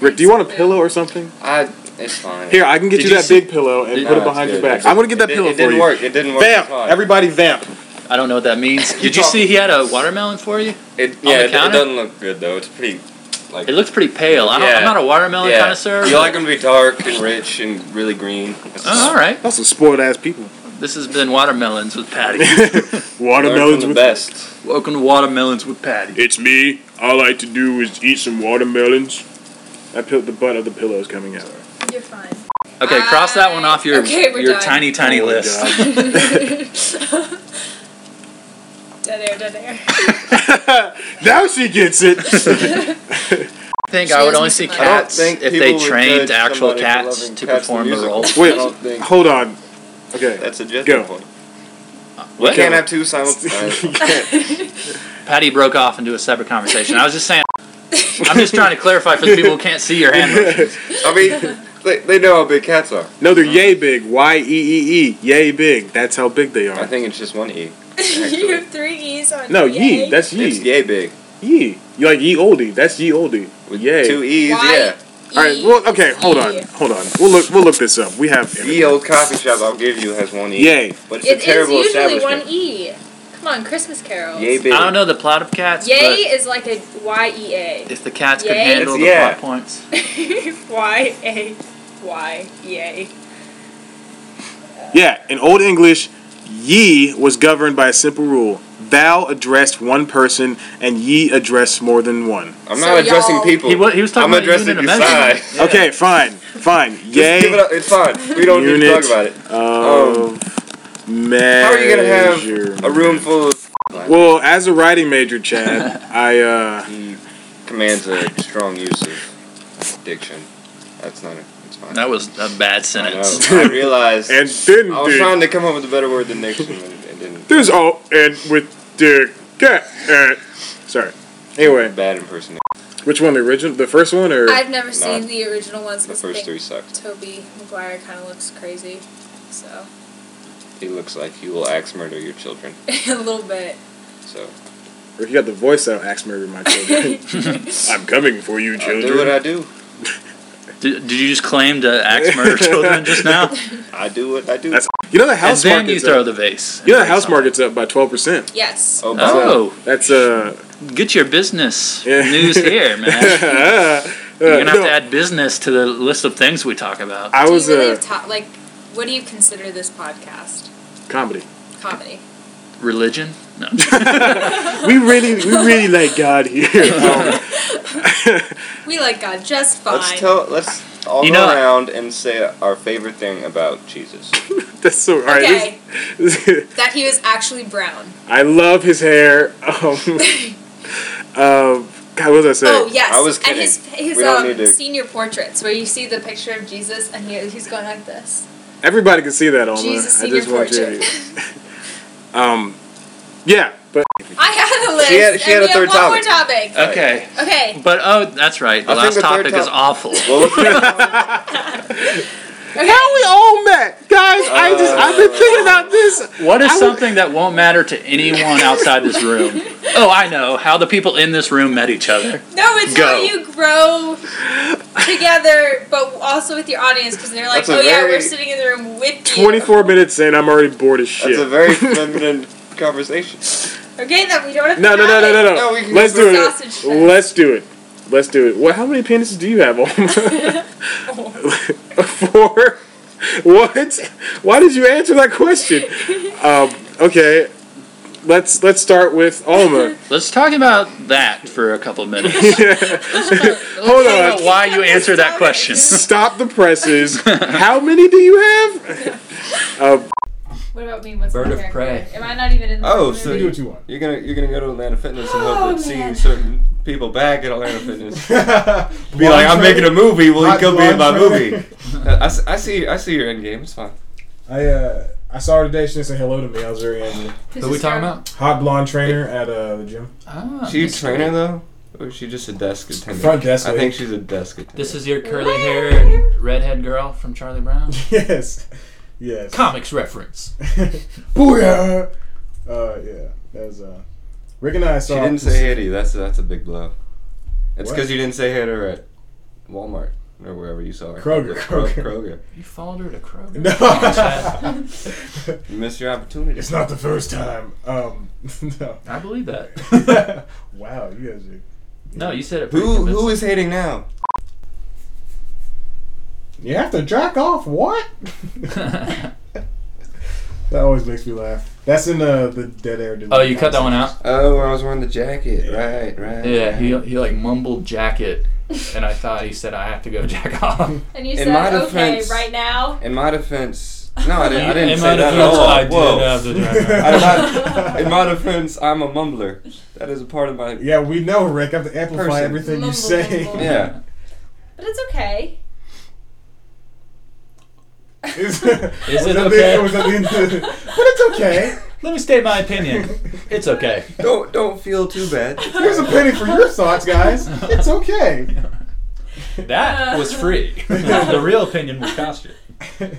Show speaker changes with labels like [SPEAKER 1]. [SPEAKER 1] Rick, do you want a pillow or something?
[SPEAKER 2] I. It's fine.
[SPEAKER 1] Here, I can get
[SPEAKER 3] Did
[SPEAKER 1] you,
[SPEAKER 3] you
[SPEAKER 1] that
[SPEAKER 3] see-
[SPEAKER 1] big pillow and
[SPEAKER 2] Did-
[SPEAKER 1] put it
[SPEAKER 2] No,
[SPEAKER 1] behind
[SPEAKER 2] it's
[SPEAKER 1] your
[SPEAKER 2] good.
[SPEAKER 1] back. I'm gonna get that
[SPEAKER 2] it,
[SPEAKER 1] pillow
[SPEAKER 2] it
[SPEAKER 1] for
[SPEAKER 2] didn't
[SPEAKER 1] you.
[SPEAKER 2] work. It didn't work.
[SPEAKER 1] Vamp,
[SPEAKER 2] It's fine.
[SPEAKER 1] everybody, vamp.
[SPEAKER 3] I don't know what that means. Did you see he had a watermelon for you?
[SPEAKER 2] It, yeah, it, it
[SPEAKER 3] counter?
[SPEAKER 2] doesn't look good though. It's pretty. Like,
[SPEAKER 3] It looks pretty pale. I don't, I'm
[SPEAKER 2] Yeah.
[SPEAKER 3] not a watermelon
[SPEAKER 2] yeah.
[SPEAKER 3] connoisseur.
[SPEAKER 2] You
[SPEAKER 3] but-
[SPEAKER 2] like them to be dark and rich and really green. That's-
[SPEAKER 3] Oh, all right.
[SPEAKER 1] That's some spoiled ass people.
[SPEAKER 3] This has been watermelons with Patty.
[SPEAKER 2] Learn from
[SPEAKER 1] Watermelons
[SPEAKER 2] the
[SPEAKER 1] with
[SPEAKER 2] best.
[SPEAKER 3] Welcome to watermelons with Patty.
[SPEAKER 1] It's me. All I like to do is eat some watermelons. That pill- the butt of the pillow is coming out.
[SPEAKER 4] You're fine.
[SPEAKER 3] Okay, cross that one off your
[SPEAKER 4] Okay, we're
[SPEAKER 3] your
[SPEAKER 4] done.
[SPEAKER 3] tiny tiny
[SPEAKER 1] Oh my
[SPEAKER 3] list.
[SPEAKER 1] God.
[SPEAKER 4] Dead air, dead air.
[SPEAKER 1] now she gets it.
[SPEAKER 3] I think I would only see
[SPEAKER 4] I don't
[SPEAKER 3] cats if they trained actual cats to perform the role.
[SPEAKER 1] Wait,
[SPEAKER 2] I don't think
[SPEAKER 1] hold on. Okay.
[SPEAKER 2] that's a judgment
[SPEAKER 1] Go.
[SPEAKER 2] point.
[SPEAKER 3] Uh, What?
[SPEAKER 2] You can't have two simultaneous.
[SPEAKER 3] Patty broke off into a separate conversation. I was just saying. I'm just trying to clarify for the people who can't see your hand. motions.
[SPEAKER 2] I mean, they, they know how big cats are.
[SPEAKER 1] no, they're yay big. Y e e e. Yay big. That's how big they
[SPEAKER 2] I
[SPEAKER 1] are.
[SPEAKER 2] think it's just one e.
[SPEAKER 4] you have three E's on E
[SPEAKER 1] No,
[SPEAKER 4] yay.
[SPEAKER 1] ye. That's
[SPEAKER 2] It's
[SPEAKER 1] ye.
[SPEAKER 2] yay big
[SPEAKER 1] Ye. You like ye oldie. That's ye oldie.
[SPEAKER 2] with
[SPEAKER 1] Yay.
[SPEAKER 2] two e's.
[SPEAKER 4] Why? E.
[SPEAKER 1] All right. Well, okay. Hold on.
[SPEAKER 4] Ye.
[SPEAKER 1] Hold on. We'll look. We'll look this up. We have.
[SPEAKER 2] Yeah, ye E old coffee shop. I'll give you has one e.
[SPEAKER 1] Yay.
[SPEAKER 2] but it's
[SPEAKER 4] It
[SPEAKER 2] a
[SPEAKER 4] is
[SPEAKER 2] terrible
[SPEAKER 4] usually E. one
[SPEAKER 2] establishment.
[SPEAKER 4] E. Come on, Christmas carols.
[SPEAKER 2] Yay
[SPEAKER 3] I
[SPEAKER 2] big.
[SPEAKER 3] don't know the plot of cats,
[SPEAKER 4] Yay is like a Y E A.
[SPEAKER 3] but if the cats could
[SPEAKER 4] Yay.
[SPEAKER 3] handle the
[SPEAKER 2] It's- yeah.
[SPEAKER 3] plot points,
[SPEAKER 4] Y A Y E A.
[SPEAKER 1] Yeah, in Old English, ye was governed by a simple rule. Thou addressed one person, and ye addressed more than one.
[SPEAKER 2] I'm
[SPEAKER 4] So
[SPEAKER 2] not addressing
[SPEAKER 4] y'all-
[SPEAKER 2] people.
[SPEAKER 3] he, wa- he was talking
[SPEAKER 2] I'm
[SPEAKER 3] about
[SPEAKER 2] addressing
[SPEAKER 3] unit of
[SPEAKER 2] your
[SPEAKER 3] measurement.
[SPEAKER 2] size.
[SPEAKER 3] Yeah.
[SPEAKER 1] Okay, fine, fine. Yay.
[SPEAKER 2] Just give it up. It's fine. We don't need to
[SPEAKER 1] Unit.
[SPEAKER 2] talk about it.
[SPEAKER 1] of
[SPEAKER 2] How are you gonna have a
[SPEAKER 1] measurement.
[SPEAKER 2] room full of
[SPEAKER 1] Well, as a writing major, Chad, I uh,
[SPEAKER 2] He commands a strong use of diction. That's not it. It's fine.
[SPEAKER 3] That was a bad
[SPEAKER 2] I, know.
[SPEAKER 3] sentence.
[SPEAKER 2] I realized.
[SPEAKER 1] and then
[SPEAKER 2] I was
[SPEAKER 1] the-
[SPEAKER 2] trying to come up with a better word than diction, and it didn't.
[SPEAKER 1] there's all and with the cat. Uh, sorry. Anyway,
[SPEAKER 2] Bad impersonation.
[SPEAKER 1] which one? The original, the first one, or
[SPEAKER 4] I've never seen
[SPEAKER 2] Nah.
[SPEAKER 4] the original ones
[SPEAKER 2] The
[SPEAKER 4] because
[SPEAKER 2] first three sucked.
[SPEAKER 4] Toby Maguire kind of looks crazy. So,
[SPEAKER 2] He looks like he will axe murder your children.
[SPEAKER 4] a little bit.
[SPEAKER 2] So
[SPEAKER 1] or you got the voice out? Axe murder, my children. I'm coming for you,
[SPEAKER 2] I do what
[SPEAKER 1] children.
[SPEAKER 2] I do.
[SPEAKER 3] Did, did you just claim to axe murder children just now?
[SPEAKER 2] I do what I do.
[SPEAKER 1] That's- you know the
[SPEAKER 3] and
[SPEAKER 1] house
[SPEAKER 3] then you
[SPEAKER 1] market's
[SPEAKER 3] throw
[SPEAKER 1] up.
[SPEAKER 3] the vase. and
[SPEAKER 1] You know the
[SPEAKER 3] break
[SPEAKER 1] house
[SPEAKER 3] something.
[SPEAKER 1] market's up by twelve percent.
[SPEAKER 4] yes.
[SPEAKER 2] oh, but-
[SPEAKER 3] Oh,
[SPEAKER 1] That's uh.
[SPEAKER 3] get your business
[SPEAKER 1] Yeah.
[SPEAKER 3] news here, man. You're
[SPEAKER 1] uh,
[SPEAKER 3] gonna have
[SPEAKER 1] no,
[SPEAKER 3] to add business to the list of things we talk about.
[SPEAKER 1] I was
[SPEAKER 4] do you really
[SPEAKER 1] uh,
[SPEAKER 4] ta- like, what do you consider this podcast?
[SPEAKER 1] comedy.
[SPEAKER 4] Comedy.
[SPEAKER 3] Religion? No.
[SPEAKER 1] We really, we really like God here.
[SPEAKER 3] Oh.
[SPEAKER 4] We like God just fine.
[SPEAKER 2] Let's tell. Let's all
[SPEAKER 3] You
[SPEAKER 2] go
[SPEAKER 3] know-
[SPEAKER 2] around and say our favorite thing about Jesus.
[SPEAKER 1] That's so all right.
[SPEAKER 4] okay,
[SPEAKER 1] this- this-
[SPEAKER 4] that he was actually brown.
[SPEAKER 1] I love his hair. Um, um, God, what was I saying?
[SPEAKER 4] oh yes,
[SPEAKER 2] I was
[SPEAKER 4] and
[SPEAKER 2] kidding.
[SPEAKER 4] his his
[SPEAKER 2] We don't
[SPEAKER 4] um,
[SPEAKER 2] need to-
[SPEAKER 4] senior portraits where you see the picture of Jesus and he, he's going like this.
[SPEAKER 1] Everybody can see that
[SPEAKER 2] Oh,
[SPEAKER 1] on
[SPEAKER 4] Jesus
[SPEAKER 1] I
[SPEAKER 4] senior
[SPEAKER 1] just want you.
[SPEAKER 4] portrait.
[SPEAKER 1] um, yeah, but
[SPEAKER 4] I had a list.
[SPEAKER 2] She had- she
[SPEAKER 4] and
[SPEAKER 2] had a
[SPEAKER 4] we have
[SPEAKER 2] third
[SPEAKER 4] one more topic.
[SPEAKER 3] Okay.
[SPEAKER 4] Okay.
[SPEAKER 3] But oh, that's right. The
[SPEAKER 2] I think
[SPEAKER 3] last
[SPEAKER 2] the third
[SPEAKER 3] topic is
[SPEAKER 2] top-
[SPEAKER 3] awful.
[SPEAKER 2] Well, let's-
[SPEAKER 4] Okay.
[SPEAKER 1] we all met, guys. I just I've been thinking about this.
[SPEAKER 3] What
[SPEAKER 1] I
[SPEAKER 3] is
[SPEAKER 1] would-
[SPEAKER 3] something that won't matter to anyone outside this room? Oh, I know how the people in this room met each other.
[SPEAKER 4] No, it's
[SPEAKER 3] Go.
[SPEAKER 4] how you grow together, but also with your audience because they're like,
[SPEAKER 2] That's a
[SPEAKER 4] oh yeah,
[SPEAKER 2] very-
[SPEAKER 4] we're sitting in the room with you.
[SPEAKER 1] Twenty-four minutes in, I'm already bored as shit.
[SPEAKER 2] that's a very feminine conversation.
[SPEAKER 4] Okay, then we don't have to
[SPEAKER 1] no, no, no,
[SPEAKER 4] have
[SPEAKER 1] no, no,
[SPEAKER 4] it.
[SPEAKER 2] No,
[SPEAKER 1] no.
[SPEAKER 2] we can
[SPEAKER 1] Let's
[SPEAKER 2] go
[SPEAKER 1] do
[SPEAKER 4] for
[SPEAKER 1] it.
[SPEAKER 4] sausage fest.
[SPEAKER 1] Let's do it. Let's do it. Well, how many penises do you have? Alma? Four. What? Why did you answer that question? Um, okay, let's let's start with Alma.
[SPEAKER 3] Let's talk about that for a couple minutes. Let's
[SPEAKER 1] Hold
[SPEAKER 3] talk about
[SPEAKER 1] on.
[SPEAKER 3] why you answered that question.
[SPEAKER 1] Stop the presses. How many do you have?
[SPEAKER 5] Uh,
[SPEAKER 4] What about me? What's
[SPEAKER 2] Bird
[SPEAKER 4] my
[SPEAKER 2] of
[SPEAKER 4] character?
[SPEAKER 2] prey.
[SPEAKER 4] Am I not even in the
[SPEAKER 2] Oh,
[SPEAKER 4] movie?
[SPEAKER 2] so you,
[SPEAKER 1] you want.
[SPEAKER 2] are gonna you're gonna go to Atlanta Fitness and hope
[SPEAKER 4] Oh,
[SPEAKER 2] that seeing
[SPEAKER 4] man.
[SPEAKER 2] certain people back at Atlana Fitness be
[SPEAKER 5] Be
[SPEAKER 2] like, I'm making a movie. Will you
[SPEAKER 5] Hot
[SPEAKER 2] go be in my
[SPEAKER 5] blonde
[SPEAKER 2] movie? I, I s- I see I see your end game. It's fine.
[SPEAKER 5] I uh, I saw her today. She didn't say hello to me. I was very angry.
[SPEAKER 4] Who's
[SPEAKER 3] Who we
[SPEAKER 4] this
[SPEAKER 3] talking
[SPEAKER 4] girl?
[SPEAKER 3] about?
[SPEAKER 5] Hot blonde trainer at uh, the gym.
[SPEAKER 3] Ah,
[SPEAKER 2] She a
[SPEAKER 3] Miss
[SPEAKER 2] trainer though, or is she just a desk attendant?
[SPEAKER 5] Front desk
[SPEAKER 2] I
[SPEAKER 5] lady.
[SPEAKER 2] think she's a desk attendant.
[SPEAKER 6] This is your curly haired redhead girl from Charlie Brown.
[SPEAKER 5] yes, yes.
[SPEAKER 6] Comics reference.
[SPEAKER 5] Booyah! Uh, yeah, that was uh, Rick and I
[SPEAKER 2] she
[SPEAKER 5] saw.
[SPEAKER 2] didn't say hey to you. That's that's a big blow. It's
[SPEAKER 5] What?
[SPEAKER 2] because you didn't say hey to her at Walmart or wherever you saw her.
[SPEAKER 1] Kroger,
[SPEAKER 2] The Kro-
[SPEAKER 1] Kroger.
[SPEAKER 2] Kroger.
[SPEAKER 3] You followed her to Kroger.
[SPEAKER 1] No.
[SPEAKER 2] You missed your opportunity.
[SPEAKER 1] it's not the first time. Um, no.
[SPEAKER 3] I believe that.
[SPEAKER 1] wow, you guys are.
[SPEAKER 3] No, you said it. pretty
[SPEAKER 2] Who who
[SPEAKER 3] convincing.
[SPEAKER 2] is hating now?
[SPEAKER 1] You have to jack off what? that always makes me laugh. That's in uh, the dead air.
[SPEAKER 3] Oh, you cut that one out.
[SPEAKER 2] Oh, when I was wearing the jacket. Right, right.
[SPEAKER 3] Yeah, he,
[SPEAKER 2] right.
[SPEAKER 3] he like mumbled jacket, and I thought he said I have to go jack off.
[SPEAKER 4] And you
[SPEAKER 2] In
[SPEAKER 4] said,
[SPEAKER 2] my
[SPEAKER 4] okay,
[SPEAKER 2] defense-
[SPEAKER 4] right now.
[SPEAKER 2] In my defense, no, I didn't. I
[SPEAKER 3] In
[SPEAKER 2] didn't
[SPEAKER 3] my
[SPEAKER 2] say that at
[SPEAKER 3] defense,
[SPEAKER 2] all.
[SPEAKER 3] I did
[SPEAKER 2] Whoa.
[SPEAKER 3] have to jack off.
[SPEAKER 2] I did not- in my defense, I'm a mumbler. That is a part of my.
[SPEAKER 1] Yeah, we know, Rick. I have to amplify
[SPEAKER 2] Person.
[SPEAKER 1] everything you
[SPEAKER 4] Mumble,
[SPEAKER 1] say.
[SPEAKER 4] mumble.
[SPEAKER 2] Yeah.
[SPEAKER 4] But it's okay.
[SPEAKER 1] Is, it
[SPEAKER 3] Is it
[SPEAKER 1] The,
[SPEAKER 3] okay?
[SPEAKER 1] was that the end of the- but it's okay.
[SPEAKER 3] Let me state my opinion. It's okay.
[SPEAKER 2] Don't don't feel too bad.
[SPEAKER 1] Here's a penny for your thoughts, guys. It's okay.
[SPEAKER 3] That was free. the real opinion would cost you.